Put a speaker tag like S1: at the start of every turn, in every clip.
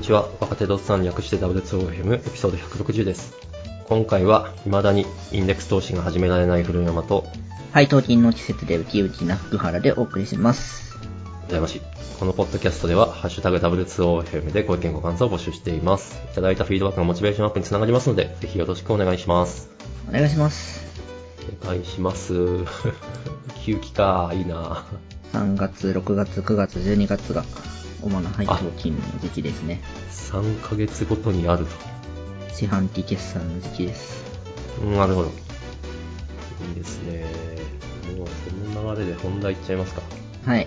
S1: ちは若手ドッサン略して W2OFM エピソード160です今回は未だにインデックス投資が始められない古山と
S2: 配当金の季節でウキウキな福原でお送りします。
S1: 羨ましいこのポッドキャストでは「ハッシュタグ #W2OFM」でご意見ご感想を募集していますいただいたフィードバックがモチベーションアップにつながりますのでぜひよろしくお願いします
S2: お願いします。
S1: お願いします ウキウキかいいな
S2: 3月、6月、9月、12月が主な配当金の時期ですね。
S1: 3ヶ月ごとにあると
S2: 四半期決算の時期です。
S1: うんなるほど。いいですね。もうその流れで本題いっちゃいますか。
S2: はい。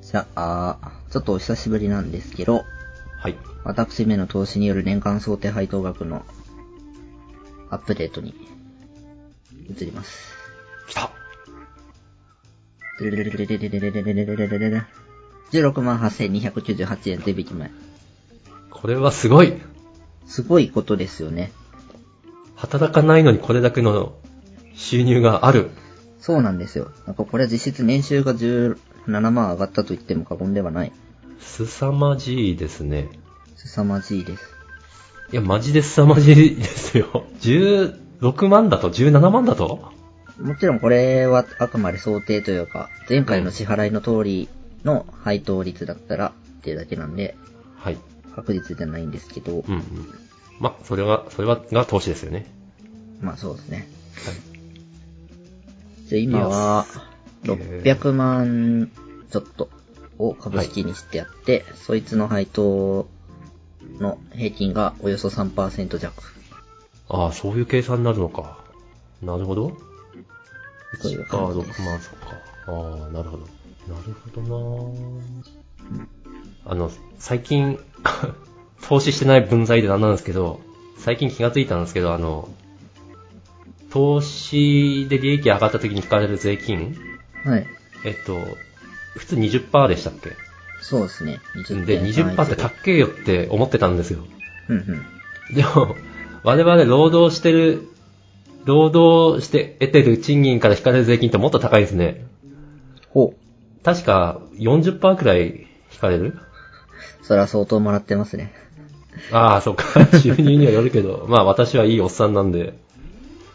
S2: さあ、ちょっとお久しぶりなんですけど、
S1: はい。
S2: 私めの投資による年間想定配当額のアップデートに移ります。
S1: 来た
S2: 16万8298円税引き前。
S1: これはすごい
S2: すごいことですよね。
S1: 働かないのにこれだけの収入がある。
S2: そうなんですよ。なんかこれは実質年収が17万上がったと言っても過言ではない。
S1: 凄まじいですね。
S2: 凄まじいです。
S1: いや、マジで凄まじいですよ。16万だと ?17 万だと
S2: もちろんこれはあくまで想定というか、前回の支払いの通りの配当率だったらっていうだけなんで、
S1: はい。
S2: 確実じゃないんですけど
S1: う、んうん。ま、それは、それは、が投資ですよね。
S2: まあそうですね。
S1: はい。
S2: じゃあ今は、
S1: いやすげえ
S2: 600万ちょっとを株式にしてやって、そいつの配当の平均がおよそ3%弱
S1: ああ、そういう計算になるのか。なるほど。
S2: という
S1: ああ、
S2: 感じです。
S1: 6万、そっか。ああ、なるほど。なるほどなーあの、最近、 投資してない分際で何なんですけど、最近気がついたんですけど、あの、投資で利益上がった時に引かれる税金、
S2: はい。
S1: えっと、普通20%でしたっけ
S2: そうですね。
S1: で、20%って高
S2: く。
S1: えよって思ってたんですよ。
S2: うんうん。
S1: でも、我々労働してる、労働して得てる賃金から引かれる税金ってもっと高いですね。
S2: ほう。
S1: 確か40%くらい引かれる
S2: それは相当もらってますね。
S1: ああ、 そうか。収入にはよるけど。まあ私はいいおっさんなんで。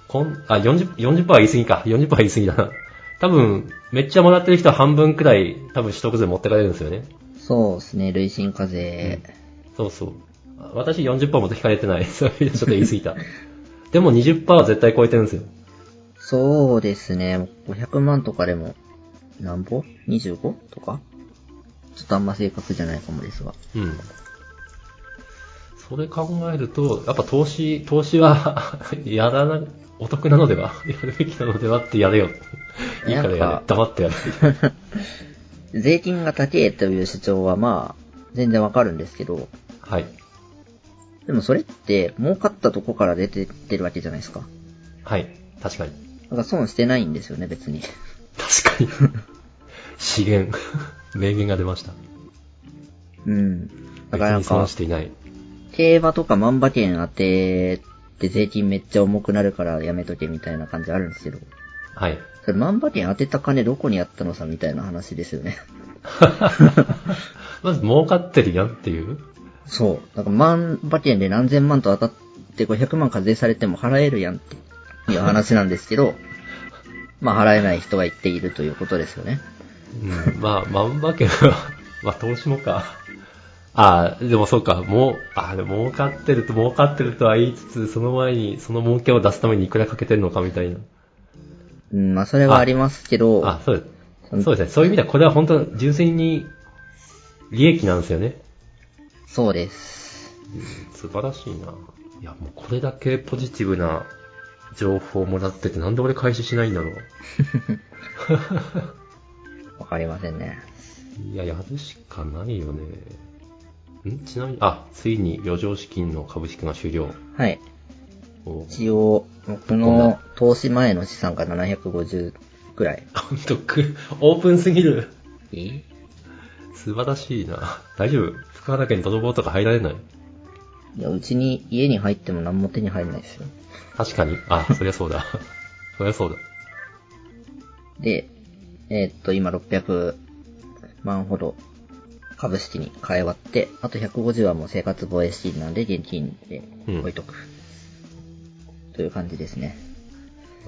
S1: こん、あ、40、40%は言い過ぎか。40%は言い過ぎだな。多分、めっちゃもらってる人は半分くらい、多分取得税持ってかれるんですよね。
S2: そうですね。累進課税。
S1: そうそう。あ私40%も引かれてない。 そういう意味でちょっと言い過ぎた。でも20%は絶対超えてるんですよ。
S2: そうですね。500万とかでも、なんぼ ?25? とかちょっとあんま正確じゃないかもですが。
S1: うん。それ考えると、やっぱ投資、投資は、 やらな、お得なのでは やるべきなのではってやれよ。いいからや
S2: や
S1: れ
S2: っ。ぱ
S1: 黙ってやれ。
S2: 税金が高えという主張はまあ、全然わかるんですけど、
S1: はい。
S2: でもそれって儲かったとこから出てってるわけじゃないですか。
S1: はい。確かに。
S2: だから損してないんですよね、別に。
S1: 確かに。 資源。 名言が出ました。
S2: うん。だから
S1: 別
S2: な
S1: に
S2: ん
S1: 損
S2: か
S1: し、ていない。
S2: 競馬とか万馬券当てって税金めっちゃ重くなるからやめとけみたいな感じあるんですけど、
S1: はい。
S2: それ万馬券当てた金どこにあったのさみたいな話ですよね。
S1: まず儲かってるやんっていう。
S2: そう。だから万馬券で何千万と当たって500万課税されても払えるやんっていう話なんですけど、 まあ払えない人が言っているということですよね。
S1: うん、まあ、万馬券は、 まあ、投資もか。ああ、でもそうか、もう、あれ、儲かってると、儲かってるとは言いつつ、その前に、その儲けを出すためにいくらかけてるのかみたいな。
S2: うん、まあそれはありますけど、
S1: あ、そうです。そうですね。そういう意味では、これは本当、純粋に、利益なんですよね。
S2: そうです。
S1: 素晴らしいな。いや、もうこれだけポジティブな情報をもらってて、なんで俺開始しないんだろう。
S2: わかりませんね。
S1: いや、やるしかないよね。んちなみに、あ、ついに余剰資金の株式が終了。
S2: はい。
S1: お
S2: 一応、僕の投資前の資産が750くらい。
S1: 監督、オープンすぎる。
S2: え
S1: 素晴らしいな。大丈夫福原家に泥棒とか入られない
S2: いや、うちに、家に入っても何も手に入らないですよ。
S1: 確かに。あ、そりゃそうだ。そりゃそうだ。
S2: で、えーっと、今600万ほど株式に変え割って、あと150はもう生活防衛資金なんで現金で置いとく。という感じですね。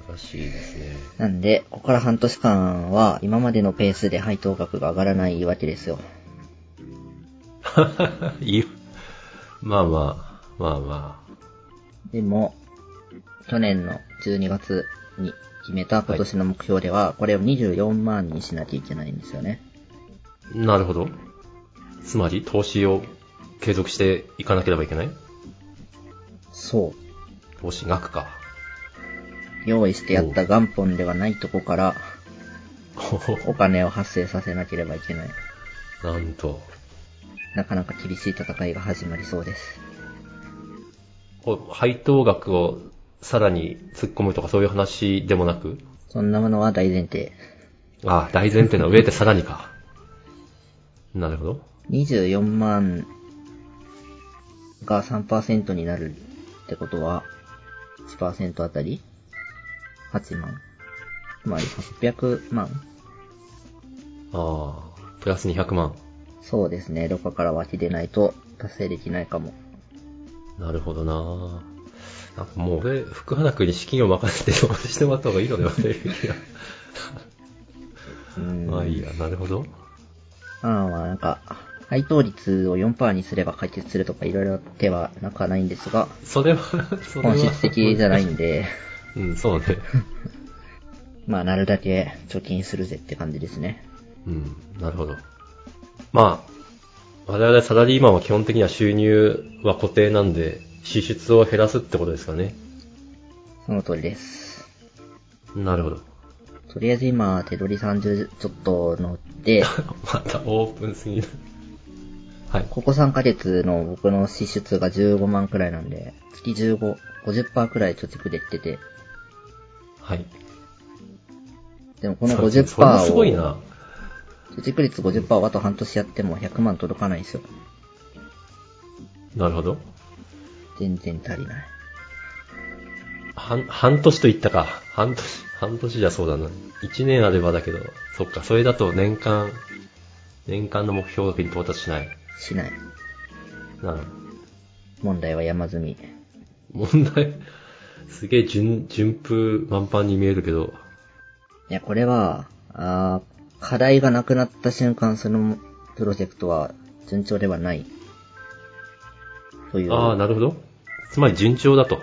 S1: らしいですね。
S2: なんで、ここから半年間は今までのペースで配当額が上がらないわけですよ。
S1: いいまあまあ、まあま
S2: でも、去年の12月に決めた今年の目標では、これを24万にしなきゃいけないんですよね。
S1: あ。なるほど。つまり、投資を継続していかなければいけない
S2: そう。
S1: 投資額か。
S2: 用意してやった元本ではないとこから、
S1: ほほ
S2: お金を発生させなければいけない。
S1: なんと。
S2: なかなか厳しい戦いが始まりそうです。
S1: こう配当額をさらに突っ込むとかそういう話でもなく、
S2: そんなものは大前提。
S1: ああ、大前提の上でさらにか。なるほど。
S2: 24万が3%になるってことは、1%あたり ?8 万。つまり800万
S1: ああ、プラス200万。
S2: そうですね。どこかから湧き出ないと達成できないかも。
S1: なるほどななんかもう俺、福原君に資金を任せて投資してもらった方がいいのではという気が。
S2: うん。
S1: まあいいや、なるほど。
S2: まあまあなんか、配当率を4%にすれば解決するとかいろいろ手はなくはないんですが、
S1: そ れは、それは。
S2: 本質的じゃないんで、
S1: うん、そうね。
S2: まあなるだけ貯金するぜって感じですね。
S1: うん、なるほど。まあ、我々サラリーマンは基本的には収入は固定なんで、支出を減らすってことですかね。
S2: その通りです。
S1: なるほど。
S2: とりあえず今、手取り30ちょっと乗 って、
S1: またオープンすぎる。はい。
S2: ここ3ヶ月の僕の支出が15万くらいなんで、月15、50%くらい貯蓄できてて、
S1: はい。
S2: でもこの
S1: そそれも
S2: 50%
S1: す
S2: を、
S1: ごい
S2: 貯
S1: な。
S2: 蓄率50%をあと半年やっても100万届かないんですよ。
S1: なるほど。
S2: 全然足りない。
S1: 半、半年と言ったか。半年、半年じゃそうだな。一年あればだけど、そっか、それだと年間、年間の目標額に到達しない。
S2: しない。
S1: なる
S2: 問題は山積み。
S1: ほど問題、すげえ順、順風満帆に見えるけど、
S2: いや、これは、あー課題がなくなった瞬間、そのプロジェクトは順調ではない。という、
S1: ああ、なるほど。つまり順調だと。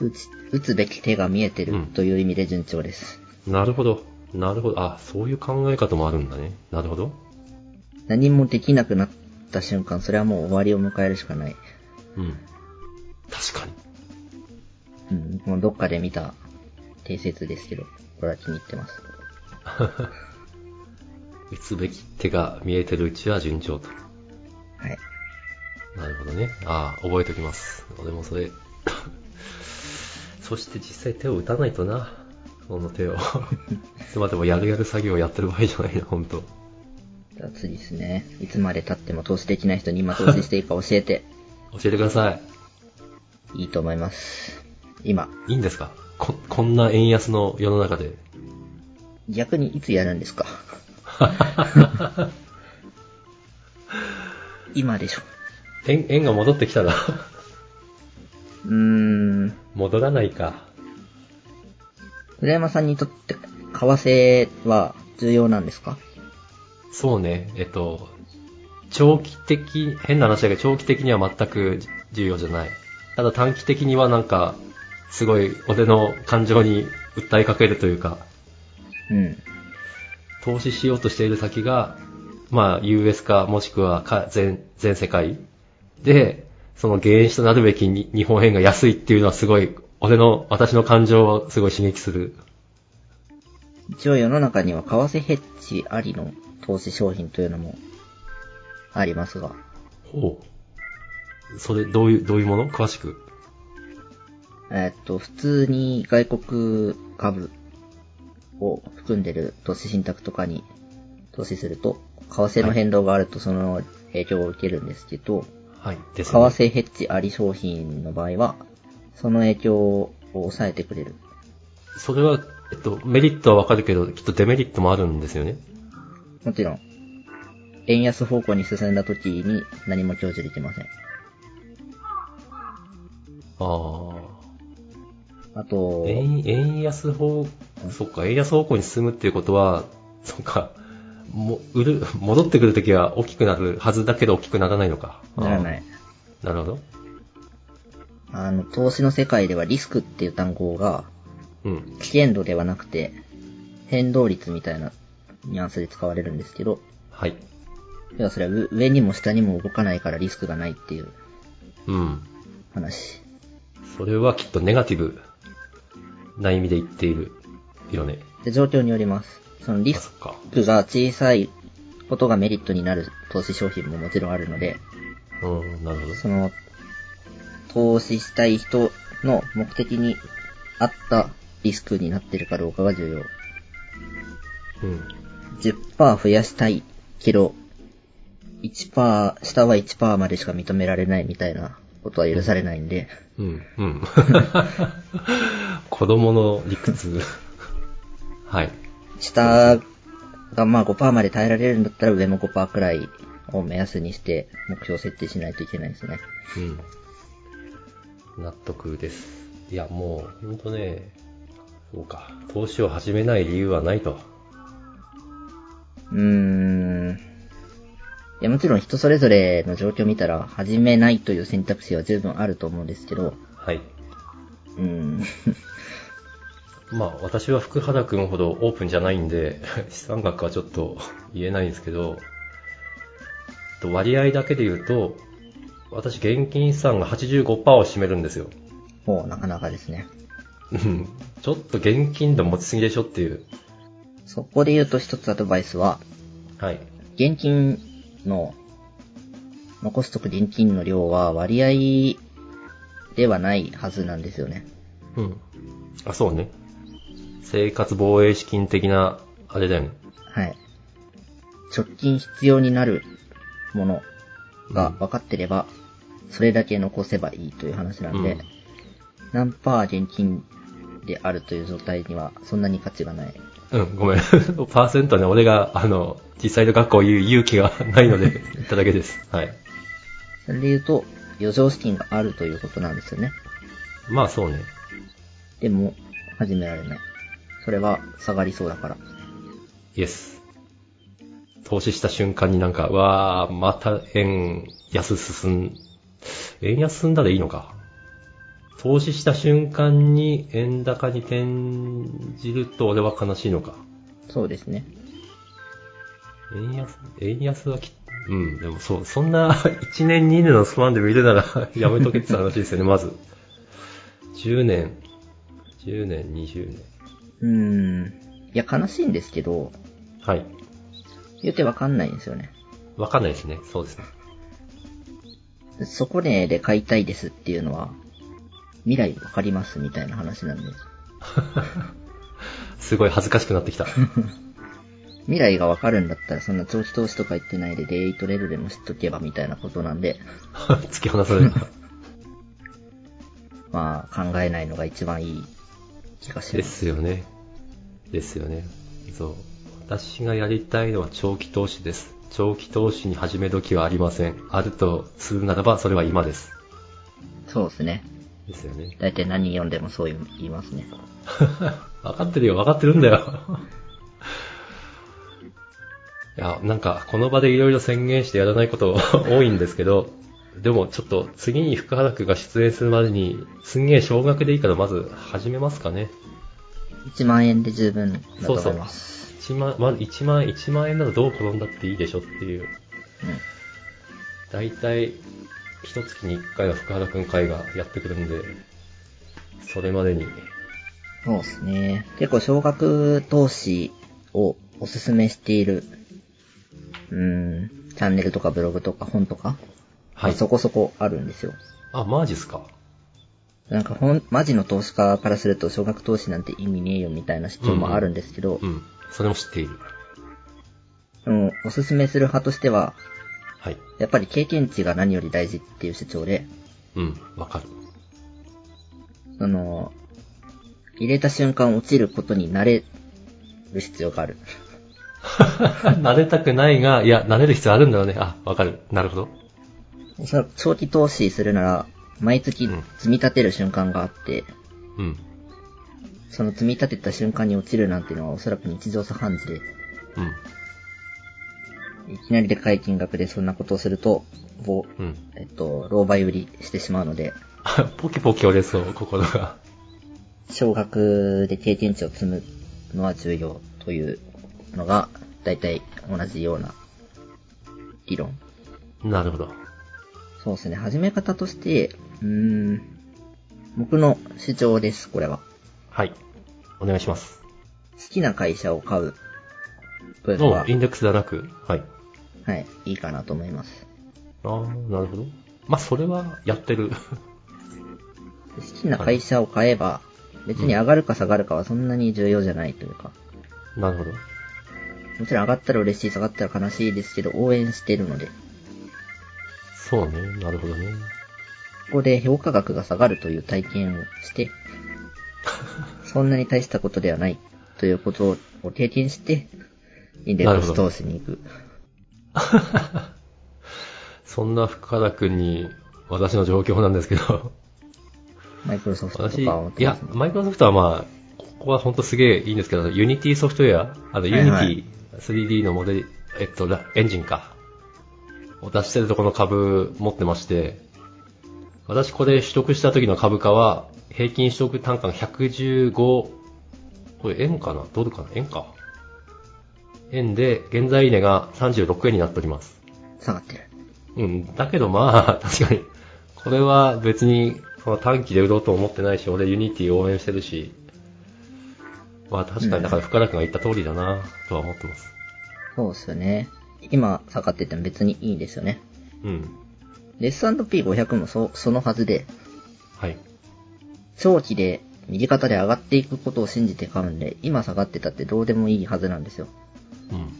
S2: 打つ打つべき手が見えて
S1: う
S2: る
S1: ん
S2: という意味で順調です。
S1: なるほど。なるほど。あ、そういう考え方もあるんだね。なるほど。
S2: 何もできなくなった瞬間、それはもう終わりを迎えるしかない。
S1: うん。確かに。
S2: うん、もうどっかで見た定説ですけど、これは気に入ってます。
S1: 打つべき手が見えてるうちは順調と。
S2: はい。
S1: なるほどね。ああ、覚えておきます。俺もそれ。 そして実際手を打たないとな。この手を。いつまでもやるやる作業をやってる場合じゃないな、本当
S2: じゃあ次ですね。いつまで経っても投資できない人に今投資していいか教えて
S1: 教えてください。
S2: いいと思います。今。
S1: いいんですかこ、こんな円安の世の中で。
S2: 逆にいつやるんですか今でしょ。
S1: 円、円が戻ってきたな。
S2: うーん。
S1: 戻らないか。
S2: 古山さんにとって、為替は重要なんですか
S1: そうね、えっと、長期的、変な話だけど、長期的には全く重要じゃない。ただ短期的にはなんか、すごい俺の感情に訴えかけるというか、
S2: うん。
S1: 投資しようとしている先が、まあ、US か、もしくはか全、全世界で、その原因となるべきに日本円が安いっていうのはすごい、俺の、私の感情をすごい刺激する。
S2: 一応世の中には為替ヘッジありの投資商品というのもありますが、
S1: ほう。それ、どういう、どういうもの詳しく。
S2: えーっと、普通に外国株を含んでる投資信託とかに投資すると、為替の変動があるとその影響を受けるんですけど、
S1: はい。です
S2: 為替ヘッジあり商品の場合は、その影響を抑えてくれる。
S1: それはえっと、メリットはわかるけど、きっとデメリットもあるんですよね。
S2: もちろん、円安方向に進んだ時に何も享受できません。
S1: ああ。
S2: あと、
S1: 円円安方、そっか、円安方向に進むっていうことは、そっか、も売る戻ってくるときは大きくなるはずだけど大きくならないのか。。
S2: ならないい。
S1: なるほど。
S2: あの、投資の世界ではリスクっていう単語が、
S1: うん。
S2: 危険度ではなくて、変動率みたいなニュアンスで使われるんですけど、
S1: はい。
S2: 要はそれは上上にも下にも動かないからリスクがないっていう
S1: うん。
S2: 話。
S1: それはきっとネガティブな意味で言っているよね。
S2: で、状況によります。そのリ
S1: あ、
S2: ス
S1: そっか。
S2: クが小さいことがメリットになる投資商品ももちろんあるので、
S1: うん、なるほど。
S2: その、投資したい人の目的に合ったリスクになってるかどうかが重要。
S1: うん。
S2: 10%増やしたいけど、1%、下は1%までしか認められないみたいなことは許されないんで、
S1: うん、うん。 子供の理屈。はい。
S2: 下がまあ5%まで耐えられるんだったら上も5%くらいを目安にして目標設定しないといけないですね。
S1: うん。納得です。いや、もう、ほんとね、そうか。投資を始めない理由はないと。
S2: うーん。いや、もちろん人それぞれの状況を見たら、始めないという選択肢は十分あると思うんですけど、
S1: はい。
S2: うーん。
S1: まあ、私は福原くんほどオープンじゃないんで、 資産額はちょっと言えないんですけど、と割合だけで言うと、私、現金資産が85%を占めるんですよ。
S2: もうなかなかですね。
S1: うんちょっと現金で持ちすぎでしょっていう。
S2: そこで言うと一つアドバイスは、
S1: はい。
S2: 現金の、残すとく現金の量は割合ではないはずなんですよね。
S1: うん。あ、そうね。生活防衛資金的な、あれだよね。
S2: はい。直近必要になるものが
S1: うん
S2: 分かってれば、それだけ残せばいいという話なんで、
S1: うん
S2: 何パー現金であるという状態にはそんなに価値がない。
S1: うん、ごめん。 パーセントはね、俺が、あの、実際の学校を言う勇気がないので、いただけです。はい。
S2: それで言うと、余剰資金があるということなんですよね。
S1: まあ、そうね。
S2: でも、始められない。それは下がりそうだから。
S1: イエス。投資した瞬間になんか、うわー、また円安進ん、円安進んだでいいのか。投資した瞬間に円高に転じると俺は悲しいのか。
S2: そうですね。
S1: 円安、円安はき、うん、でもそう、そんな 1年2年のスパンで見るなら やめとけって話ですよね、まず。10年、10年、20年。
S2: うーん。いや、悲しいんですけど、
S1: はい。
S2: 言うて分かんないんですよね。
S1: わかんないですね、そうですね。
S2: そこでで買いたいですっていうのは、未来分かりますみたいな話なんで、
S1: すごい恥ずかしくなってきた。
S2: 未来が分かるんだったらそんな長期投資とか言ってないでデイトレードでも知っとけばみたいなことなんで、
S1: 突き放され た。
S2: まあ考えないのが一番いい気がし
S1: で
S2: ます。
S1: すよね。ですよね。そう。私がやりたいのは長期投資です。長期投資に始め時はありません。あるとするならば、それは今です。
S2: そうですね。
S1: ですよね。
S2: 大体何読んでもそういう言いますね。
S1: 分かってるよ、分かってるんだ よ。いや、なんか、この場でいろいろ宣言してやらないこと 多いんですけど、でもちょっと次に福原くんが出演するまでに、すんげえ少額でいいからまず始めますかね。
S2: 1万円で十分だと
S1: そうそ。
S2: 思いうます。
S1: 1万、まず1万、1万円ならどう転んだっていいでしょっていう。だいたい、一月に1回は福原くん会がやってくるんで、それまでに。
S2: うん。そうですね。結構少額投資をおすすめしている、うーん、チャンネルとかブログとか本とか、
S1: はい。
S2: そこそこあるんですよ。
S1: あ、マジっすか。
S2: なんかほん、マジの投資家からすると、少額投資なんて意味ねえよみたいな主張もあるんですけど、
S1: うん。それも知っている。
S2: でも、おすすめする派としては、
S1: はい。
S2: やっぱり経験値が何より大事っていう主張で、
S1: うん、わかる。
S2: その、入れた瞬間落ちることに慣れる必要がある。
S1: 慣れたくないが、いや、慣れる必要あるんだよね。あ、わかる。なるほど。
S2: おそらく長期投資するなら、毎月
S1: うん
S2: 積み立てる瞬間があって、
S1: うん。
S2: その積み立てた瞬間に落ちるなんていうのはおそらく日常茶飯事で、
S1: うん。
S2: いきなりでかい金額でそんなことをすると、ぼ
S1: うん。
S2: えっと、狼狽売りしてしまうので、
S1: あポキポキ折れそう、心が。
S2: 少額で経験値を積むのは重要というのが、大体同じような理論。
S1: なるほど。
S2: そうですね。始め方として、うーん、僕の主張です、これは。
S1: はい。お願いします。
S2: 好きな会社を買うというの
S1: お
S2: が、
S1: インデックスではなく、はい。
S2: はい、いいかなと思います。
S1: ああ、なるほど。まあ、それはやってる。
S2: 好きな会社を買えば、別に上がるか下がるかはそんなに重要じゃないというか、
S1: なるほど。
S2: もちろん上がったら嬉しい、下がったら悲しいですけど、応援してるので、
S1: そうね。なるほどね。
S2: ここで評価額が下がるという体験をして、そんなに大したことではないということを経験して、インデックス投資に行く。
S1: そんな深田君に私の状況なんですけど、
S2: マイクロソフト
S1: 私、
S2: と
S1: い
S2: か思ってま
S1: や
S2: す、ね。
S1: マイクロソフトはまあ、ここは本当すげえいいんですけど、ユニティソフトウェア、あの、ユ
S2: は
S1: ニ
S2: い
S1: テ
S2: はい
S1: ィ 3D のモデル、えっと、ラエンジンか。を出してるとこの株持ってまして、私これ取得した時の株価は、平均取得単価が115、これ円かなドルかな円か。円で、現在値が36円になっております。
S2: 下がってる。
S1: うん、だけどまあ、 確かに、これは別に、その短期で売ろうと思ってないし、俺ユニティ応援してるし、まあ確かに、だから深田君が言った通りだな、とは思ってます。
S2: そうですよね。今下がってても別にいいんですよね。
S1: うん。
S2: で S&P500 もそそのはずで、
S1: はい。
S2: 長期で右肩で上がっていくことを信じて買うんで、今下がってたってどうでもいいはずなんですよ。
S1: うん。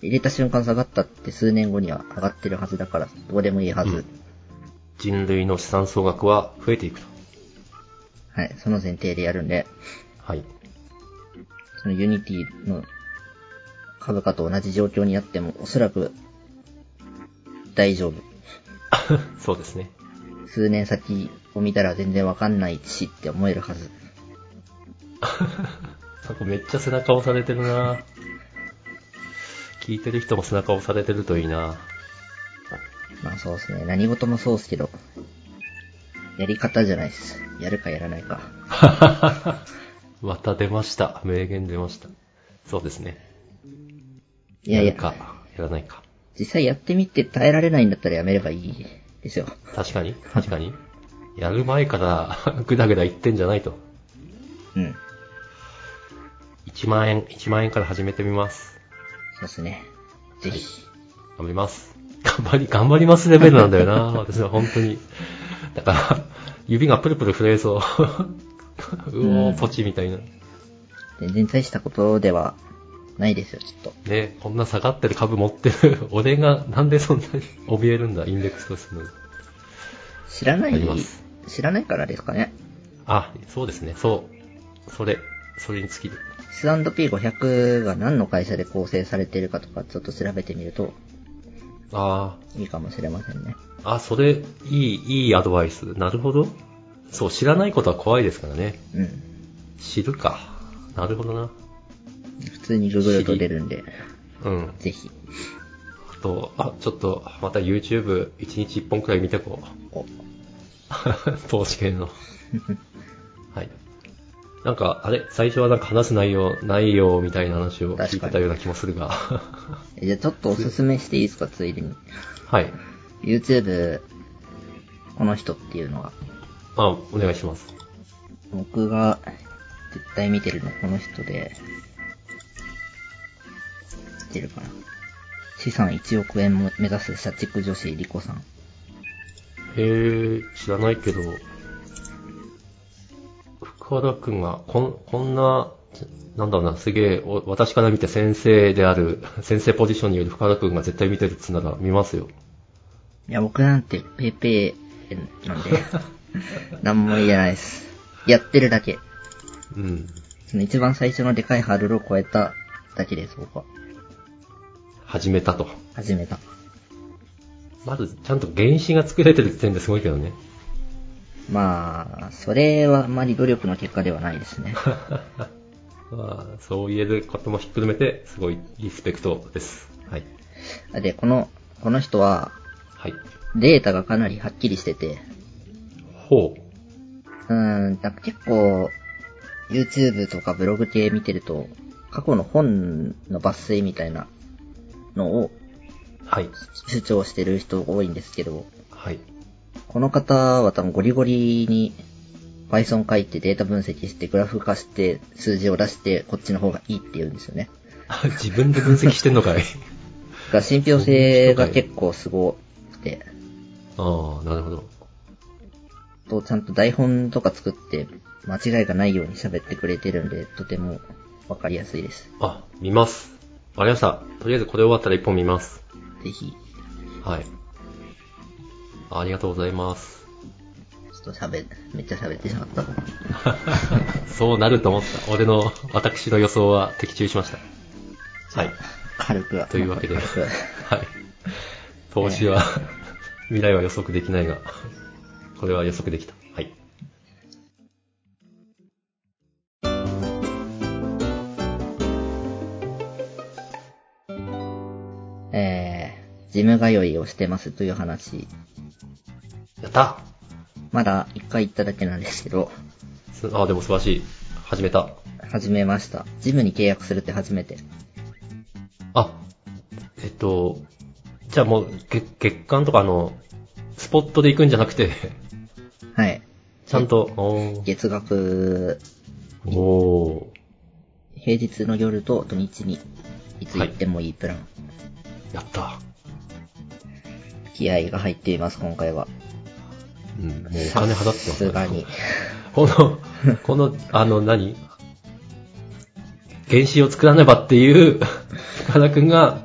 S2: 入れた瞬間下がったって数年後には上がってるはずだから、どうでもいいはず。
S1: うん人類の資産総額は増えていくと。
S2: はい、その前提でやるんで、
S1: はい。
S2: そのユニティの株価と同じ状況にあっても、おそらく大丈夫。
S1: そうですね。
S2: 数年先を見たら全然わかんないしって思えるはず。
S1: なんかめっちゃ背中押されてるな聞いてる人も背中押されてるといいな
S2: まあそうですね。何事もそうですけど、やり方じゃないっす。やるかやらないか。
S1: また出ました。名言出ました。そうですね。
S2: いやい
S1: や
S2: や
S1: る、か、やらないか。
S2: 実際やってみて耐えられないんだったらやめればいいですよ。
S1: 確かに、確かに。やる前から、 ぐだぐだ言ってんじゃないと。
S2: うん。
S1: 1万円、1万円から始めてみます。
S2: そうですね。ぜひ。
S1: 頑張ります。頑張り、頑張りますレベルなんだよな、 私は本当に。だから、指がプルプル震え そう。うおー、ポチみたいな。
S2: 全然大したことではないですよ、きっと。
S1: ね、こんな下がってる株持ってる 俺が、なんでそんなに 怯えるんだ、インデックスとしての。
S2: 知らな
S1: あ
S2: い
S1: ります、
S2: 知らないからですかね。
S1: あ、そうですね、そう。それ、それに尽きる。
S2: S&P500 が何の会社で構成されているかとかちょっと調べてみると
S1: あー、
S2: いいかもしれませんね。
S1: あ、それ、いい、いいアドバイス。なるほど。そう、知らないことは怖いですからね。
S2: うん。
S1: 知るか。なるほどな。
S2: 普通にググると出るんで、
S1: うん。
S2: ぜひ。
S1: あと、あ、ちょっと、また YouTube、一日一本くらい見てこ
S2: お
S1: う。 投資系の。はい。なんか、あれ、最初はなんか話す内容、ないよ、みたいな話を聞いてたような気もするが。
S2: えじゃあちょっとおすすめしていいですか、ついでに。
S1: はい。
S2: YouTube、この人っていうのが、
S1: あ、お願いします。
S2: 僕が絶対見てるのこの人で、知ってるかな。資産1億円も目指す社畜女子リコさん。
S1: へえ、知らないけど、福原くんが、こん、こんな、なんだろうな、すげえ、お私から見て先生である、 先生ポジションにいる福原くんが絶対見てるっつうなら見ますよ。
S2: いや、僕なんてペーペーなんで、なんも言えないです。やってるだけ。
S1: うん。
S2: その一番最初のでかいハードルを超えただけです、僕は。
S1: 始めたと。
S2: 始めた。
S1: まず、ちゃんと原子が作れてる時点ですごいけどね。
S2: まあ、それはあまり努力の結果ではないですね。
S1: まあ、そう言えることもひっくるめて、すごいリスペクトです。はい。
S2: で、この、この人は、
S1: はい。
S2: データがかなりはっきりしてて、
S1: ほう。
S2: うーん、なんか結構、YouTube とかブログ系見てると、過去の本の抜粋みたいなのを
S1: はい。
S2: 主張してる人多いんですけど、
S1: はい。
S2: この方は多分ゴリゴリに Python 書いてデータ分析してグラフ化して数字を出してこっちの方がいいって言うんですよね。
S1: あ自分で分析してんのか い
S2: が信憑性が結構すごくて、
S1: ああ、なるほど。
S2: とちゃんと台本とか作って間違いがないように喋ってくれてるんで、とてもわかりやすいです。
S1: あ、見ます。わかりました。とりあえずこれ終わったら一本見ます。
S2: ぜひ、
S1: はい。ありがとうございます。
S2: ちょっと喋、めっちゃ喋ってしまった。
S1: そうなると思った。俺の、私の予想は的中しました。はい。
S2: 軽くは。
S1: というわけで
S2: 軽くは
S1: はい。投資は、未来は予測できないが、これは予測できた。はい。
S2: えー、ジム通いをしてますという話。
S1: やった
S2: まだ一回行っただけなんですけど、
S1: すあ、でも素晴らしい。始めた。
S2: 始めました。ジムに契約するって初めて。
S1: あ、えっと、じゃあもう、月月間とかあの、スポットで行くんじゃなくて、
S2: はい。
S1: ちゃんと、おー
S2: 月額、
S1: お
S2: 平日の夜と土日に、いつ行ってもいいプラン。
S1: ーやった。
S2: 気合が入っています、今回は。
S1: うん、もうお金払ってます
S2: さすがに。
S1: この、この、あの何、原子を作らねばっていう、深田くんが、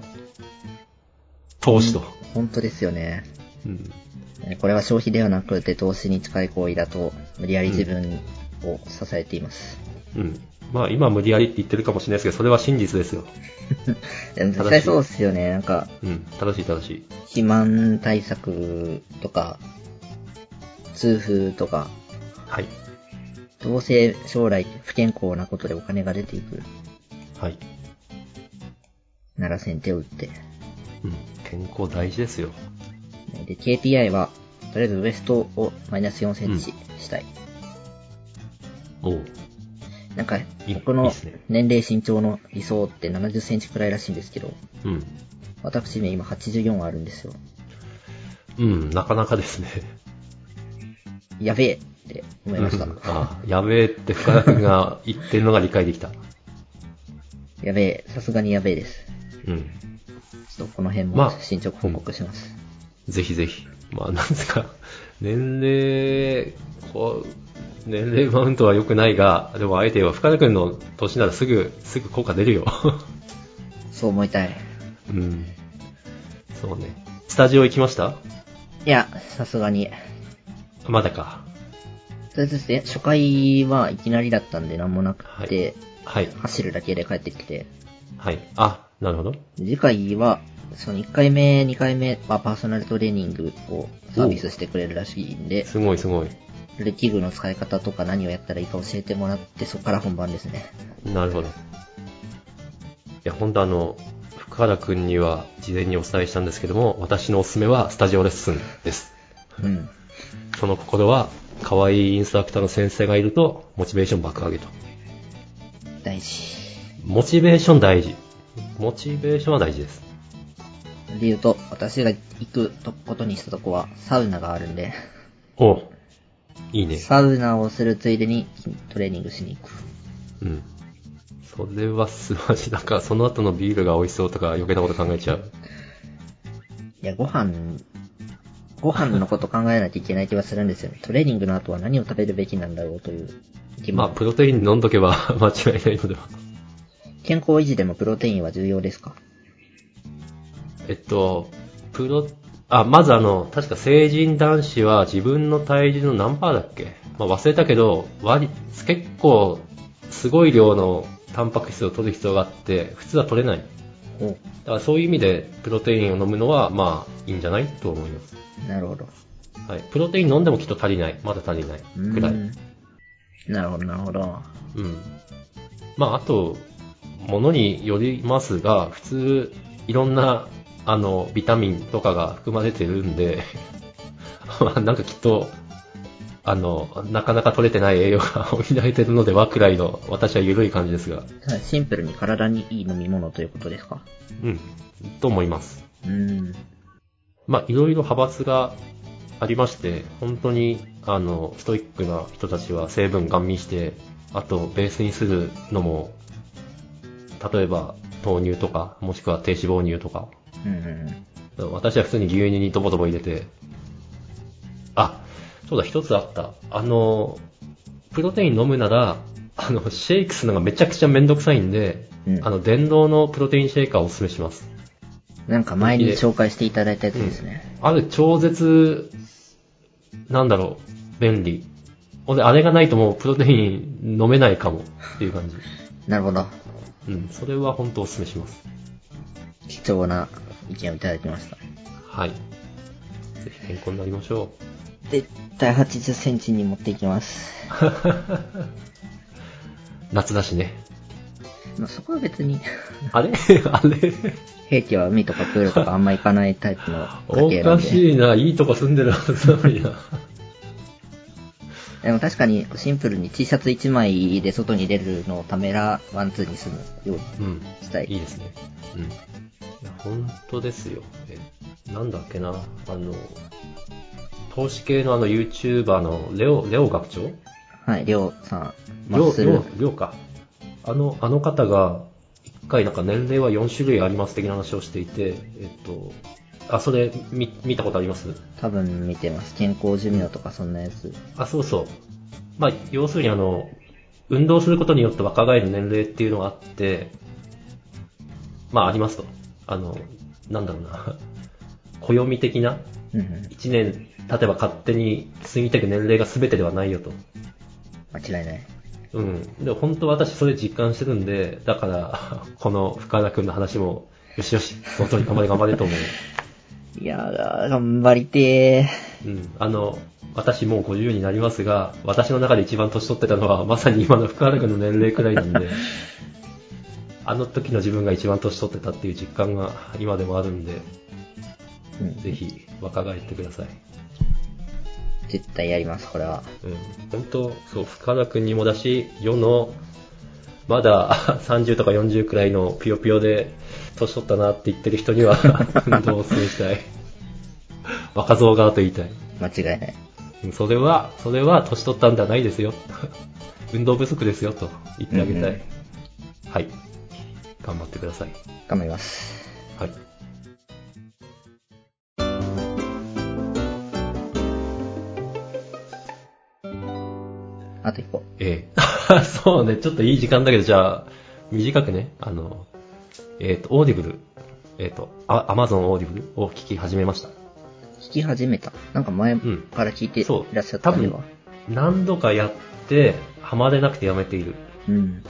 S1: 投資と。
S2: 本当ですよね。
S1: うん。
S2: えーこれは消費ではなくて投資に近い行為だと、無理やり自分を支えています。
S1: うん。まあ今無理やりって言ってるかもしれないですけど、それは真実ですよ。
S2: でも絶対そうですよね。なんか、
S1: うん。正しい正しい。
S2: 肥満対策とか、痛風とか、
S1: はい。
S2: どうせ将来不健康なことでお金が出ていく
S1: はい。
S2: なら先手を打って。
S1: うん。健康大事ですよ。
S2: で、KPI は、とりあえずウエストをマイナス4センチしたい。
S1: おう。
S2: なんか
S1: いい、
S2: 僕
S1: いい
S2: の
S1: っすね
S2: 年齢身長の理想って70センチくらいらしいんですけど、
S1: うん。
S2: 私ね、今84あるんですよ。
S1: うん、なかなかですね。
S2: やべえって思いました
S1: う。んあやべえって深田くんが言ってるのが理解できた。
S2: やべえ、さすがにやべえです。
S1: うん。
S2: ちょっとこの辺
S1: ま
S2: も
S1: あ
S2: 進捗報告します。
S1: ぜひぜひ。まあ、なんですか、 年齢、こう、年齢マウントは良くないが、でもあえて言えば、深田君の年ならすぐ、すぐ効果出るよ。
S2: そう思いたい。
S1: うん。そうね。スタジオ行きました
S2: いや、さすがに。
S1: まだか。
S2: とりあえずね、初回はいきなりだったんで何もなくて、
S1: はい。
S2: 走るだけで帰ってきて、
S1: はい。あ、なるほど。
S2: 次回は、その1回目、2回目、まあ、パーソナルトレーニングをサービスしてくれるらしいんで、
S1: すごいすごい。
S2: で器具の使い方とか何をやったらいいか教えてもらって、そこから本番ですね。
S1: なるほど。いや、本当あの、深田君には事前にお伝えしたんですけども、私のおすすめはスタジオレッスンです。
S2: うん。
S1: その心は、可愛いインストラクターの先生がいると、モチベーション爆上げと。
S2: 大事。
S1: モチベーション大事。モチベーションは大事です。
S2: で言うと、私が行くとことにしたとこは、サウナがあるんで、
S1: おういいね。
S2: サウナをするついでに筋トレーニングしに行く。
S1: うん。それは素晴らしい。なんか、その後のビールが美味しそうとか余計なこと考えちゃう。
S2: いや、ご飯、ご飯のこと考えないといけない気はするんですよね。トレーニングの後は何を食べるべきなんだろうという疑
S1: まあ、
S2: 問。
S1: プロテイン飲んどけば 間違いないのでは。
S2: 健康維持でもプロテインは重要ですか
S1: えっと、プロ、あ、まずあの、確か成人男子は自分の体重の何パーだっけまあ、忘れたけど、割、結構、すごい量のタンパク質を取る必要があって、普通は取れない。
S2: お
S1: だからそういう意味で、プロテインを飲むのは、まあ、いいんじゃないと思います。
S2: なるほど。
S1: はい。プロテイン飲んでもきっと足りない。まだ足りないうくらい。
S2: ん。なるほど、なるほど。
S1: うん。まあ、あと、ものによりますが、普通、いろんな、あの、ビタミンとかが含まれてるんで、 まあなんかきっと、あの、なかなか取れてない栄養が 補えてるのではくらいの、私は緩い感じですが、
S2: はいシンプルに体にいい飲み物ということですか
S1: うん、と思います。
S2: うん。
S1: まあ、いろいろ派閥がありまして、本当に、あの、ストイックな人たちは成分ガン見して、あと、ベースにするのも、例えば、豆乳とか、もしくは低脂肪乳とか、
S2: うんうん
S1: 私は普通に牛乳にドボドボ入れて、あ、そうだ、一つあった。あの、プロテイン飲むなら、あの、シェイクするのがめちゃくちゃめんどくさいんで、
S2: うん。
S1: あの、電動のプロテインシェイカーをおすすめします。
S2: なんか前に紹介していただいたやつですね。
S1: ある超絶、なんだろう、便利。俺、あれがないともうプロテイン飲めないかもっていう 感じ。
S2: なるほど。
S1: うん、それは本当お勧めします。
S2: 貴重な意見をいただきました。
S1: はい。ぜひ健康になりましょう。
S2: 絶対80センチに持っていきます。
S1: 夏だし ね。
S2: まあ、そこは別に、
S1: あれ あれ
S2: 平家は海とかプールとかあんま行かないタイプの
S1: お
S2: 家庭なん
S1: か
S2: で。
S1: しいな、いいとこ住んでるはずなの にな。
S2: でも確かにシンプルに T シャツ1枚で外に出るのをためらワンツーにするように
S1: うん。
S2: した
S1: いい
S2: い。
S1: ですね。うん。いや、本当ですよ。え、なんだっけな、あの、投資系のあの YouTuber のレオ、レオ学長
S2: はい、りょうさん。マ
S1: りょ
S2: ッ
S1: う、
S2: ス
S1: りょ
S2: ル
S1: う、りょうか。あの、あの方が、一回なんか年齢は4種類あります的な話をしていて、えっと、あ、それ、み、見たことあります
S2: 多分見てます。健康寿命とかそんなやつ。
S1: あ、そうそう。まあ、要するにあの、運動することによって若返る年齢っていうのがあって、まあ、ありますと。あの、なんだろうな。 暦的な
S2: うんうん。
S1: 1年経てば勝手に過ぎていく年齢が全てではないよと。
S2: 間違いない。
S1: うん。で、本当私それ実感してるんで、だから、 この深田くんの話も、よしよし、その通り頑張れ頑張れと思う。
S2: いやー、頑張りてー。
S1: うん。あの、私もう50になりますが、私の中で一番年取ってたのは、まさに今の深田くんの年齢くらいなんで、あの時の自分が一番年取ってたっていう実感が今でもあるんで、
S2: うん
S1: ぜひ若返ってください。
S2: 絶対やります、これは。
S1: うん、本当、そう、深田君にもだし、世の、まだ 30とか40くらいのぷよぷよで、年取ったなって言ってる人には、 運動をお勧めしたい。 若造側と言いたい。
S2: 間違いない。
S1: うんそれは、それは年取ったんじゃないですよ。 運動不足ですよ、と言ってあげたい。
S2: うん
S1: はい。頑張ってください。
S2: 頑張ります。
S1: はい。
S2: あと一個。
S1: ええ そうね、ちょっといい時間だけど、じゃあ、短くね、あの、えっ、と、オーディブル、えっ、と、アマゾンオーディブルを聞き始めました。
S2: 聞き始めた。なんか前
S1: ん
S2: から聞いてい
S1: そう
S2: らっしゃったのでは。
S1: 何度かやって、ハマれなくてやめている。
S2: うん。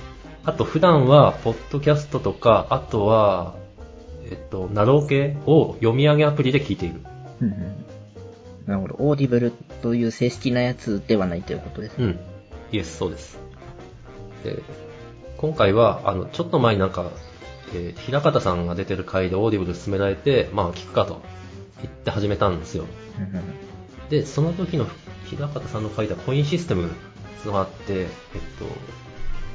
S1: あと、普段は、ポッドキャストとか、あとは、えっ、と、ナロー系を読み上げアプリで聞いている。
S2: うんうん。なるほど。オーディブルという正式なやつではないということです。
S1: うん。イエス、そうです。で、今回は、あの、ちょっと前になんか、えー平方さんが出てる回でオーディブル勧められて、まあ、聞くかと言って始めたんですよ。
S2: うんうん。
S1: で、その時の平方さんの書いたコインシステムがあって、えっと、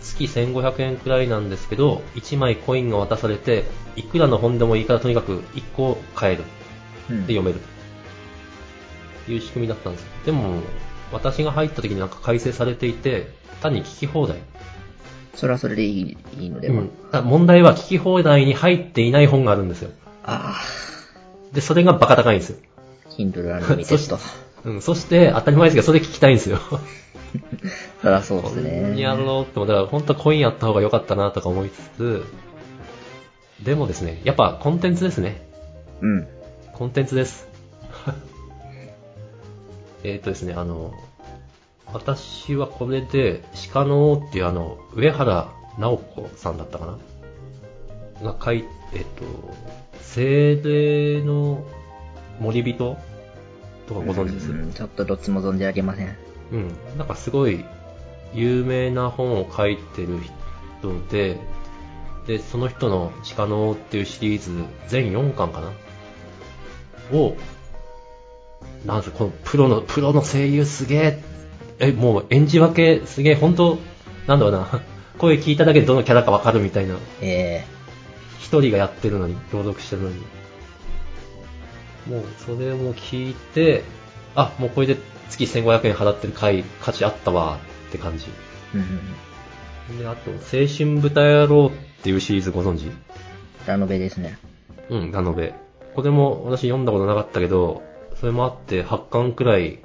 S1: 月1500円くらいなんですけど、1枚コインが渡されて、いくらの本でもいいからとにかく1個買える。
S2: うん
S1: で読めるという仕組みだったんですよでも私が入った時になんか改正されていて単に聞き放題、
S2: それはそれでいいいいので
S1: う
S2: は。
S1: ん、ただ問題は聞き放題に入っていない本があるんですよ
S2: あ
S1: でそれがバカ高いんですよ、
S2: あ、Kindle Unlimited と。
S1: うん、そして当たり前ですけどそれ聞きたいんですよ
S2: そりゃそうで
S1: こ
S2: す
S1: んに
S2: ね。
S1: ゃろうってもだから本当はコインあった方が良かったなとか思いつつでもですねやっぱコンテンツですね
S2: うん。
S1: コンテンツです。えーっとですね、あの、私はこれで、鹿の王っていうあの、上原直子さんだったかなが書いえっと、精霊の森人とかご存知です、
S2: うんちょっとどっちも存じ上げません。
S1: うん、なんかすごい有名な本を書いてる人で、で、その人の鹿の王っていうシリーズ、全4巻かなを、なんせこのプロの、プロの声優すげえ、え、もう演じ分けすげえ、本当なんだろうな、声聞いただけでどのキャラかわかるみたいな、
S2: え
S1: 一人がやってるのに、朗読してるのに。もう、それも聞いて、あ、もうこれで月1500円払ってる回、価値あったわ、って感じ。
S2: えうんうんうん。
S1: で、あと、青春豚野郎っていうシリーズご存知
S2: ラノベですね。
S1: うん、なので。これも私読んだことなかったけど、それもあって8巻くらい、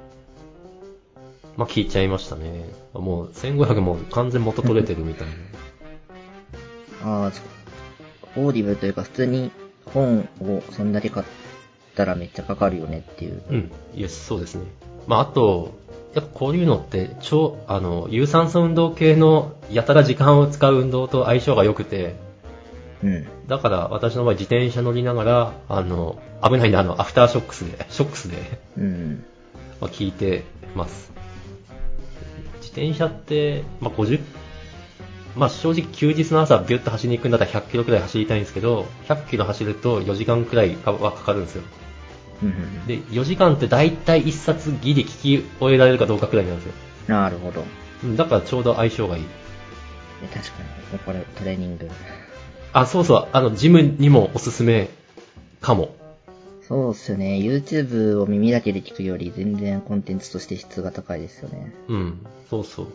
S1: まあ聞いちゃいましたね。もう1500も完全元取れてるみたいな。
S2: ああ、そオーディブルというか普通に本をそんだけ買ったらめっちゃかかるよねっていう。
S1: うん、イエス、そうですね。まあ、あと、やっぱこういうのって、超、あの、有酸素運動系のやたら時間を使う運動と相性が良くて、
S2: うん。
S1: だから私の場合自転車乗りながら、あの、危ないんで、あの、アフターショックスで、 ショックスで、
S2: うん。
S1: まあ、聞いてます。自転車って、まあ、50、まあ、正直休日の朝ビュッと走りに行くんだったら100キロくらい走りたいんですけど、100キロ走ると4時間くらいはかかるんですよ。
S2: うんうん
S1: で、4時間って大体1冊ギリ聞き終えられるかどうかくらいなんですよ。
S2: なるほど。
S1: うんだからちょうど相性がいい。
S2: で確かに、これトレーニング。
S1: あ、そうそう、あの、ジムにもおすすめかも。
S2: そうっすよね。YouTube を耳だけで聞くより全然コンテンツとして質が高いですよね。
S1: うん、そうそう。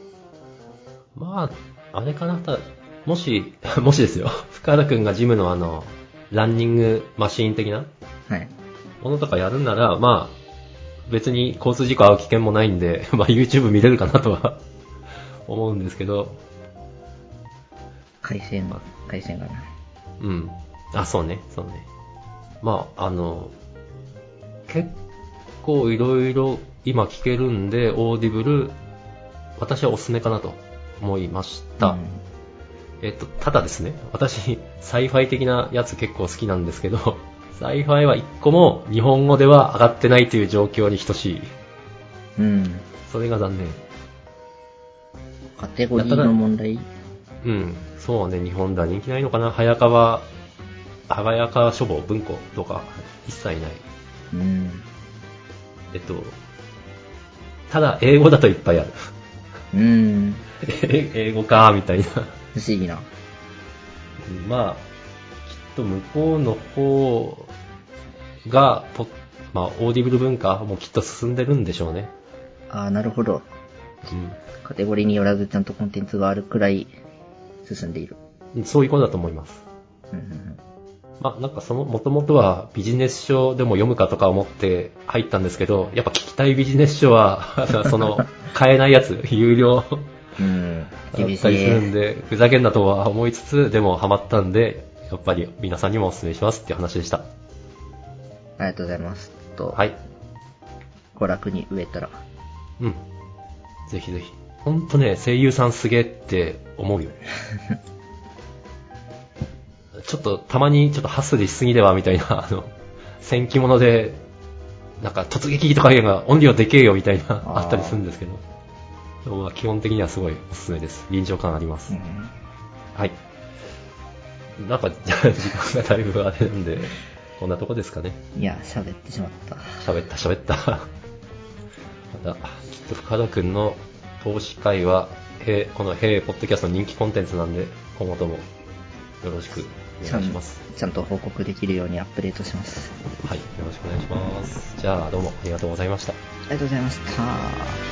S1: まあ、あれかな、ただ、もし、 もしですよ、深原くんがジムのあの、ランニングマシーン的な
S2: はい。
S1: ものとかやるんなら、まあ、別に交通事故遭う危険もないんで、 まあ YouTube 見れるかなとは 思うんですけど、
S2: 回線、回線がない。
S1: うん。あ、そうね、そうね。まあ、あの、結構いろいろ今聞けるんで、オーディブル、私はおすすめかなと思いました。
S2: うん
S1: えっと、ただですね、私、サイファイ的なやつ結構好きなんですけど、 サイファイは一個も日本語では上がってないという状況に等しい。
S2: うん。
S1: それが残念。
S2: カテゴリーの問題
S1: うん、そうね、日本では人気ないのかな。早川、早川書房、文庫とか、一切ない。
S2: うん。
S1: えっと、ただ英語だといっぱいある。
S2: うん。
S1: え英語か、みたいな。
S2: 不思議な。
S1: まあ、きっと向こうの方が、ポまあ、オーディブル文化もきっと進んでるんでしょうね。
S2: ああ、なるほど。
S1: う
S2: カテゴリーによらずちゃんとコンテンツがあるくらい進んでいる。
S1: ん。そういうことだと思います。
S2: うんうんうん
S1: まあ、なんかその、もともとはビジネス書でも読むかとか思って入ったんですけど、やっぱ聞きたいビジネス書は、 その、買えないやつ、有料。
S2: うん。
S1: だっ
S2: 厳した
S1: りするん
S2: い。
S1: で、ふざけんなとは思いつつ、でもハマったんで、やっぱり皆さんにもお勧めしますっていう話でした。
S2: ありがとうございます。と、
S1: はい。
S2: 娯楽に植えたら。
S1: うん。ぜひぜひ。ほんとね、声優さんすげえって思う よ。ちょっと、たまにちょっとハスリしすぎではみたいな、あの、戦記物で、なんか突撃とかいうのが音量でけえよみたいな、
S2: あー
S1: あったりするんですけど。でもまあ基本的にはすごいおすすめです。臨場感あります。
S2: うん。
S1: はい。なんか、 じゃあ時間がだいぶあれなんで、こんなとこですかね。
S2: いや、喋ってしまった。
S1: 喋った、喋った。 また、きっと深田くんの投資会は、へこのへイポッドキャストの人気コンテンツなんで、今後ともよろしくお願いします。
S2: ちゃんと報告できるようにアップデートします。
S1: はい、よろしくお願いします。じゃあ、どうもありがとうございました。
S2: ありがとうございました。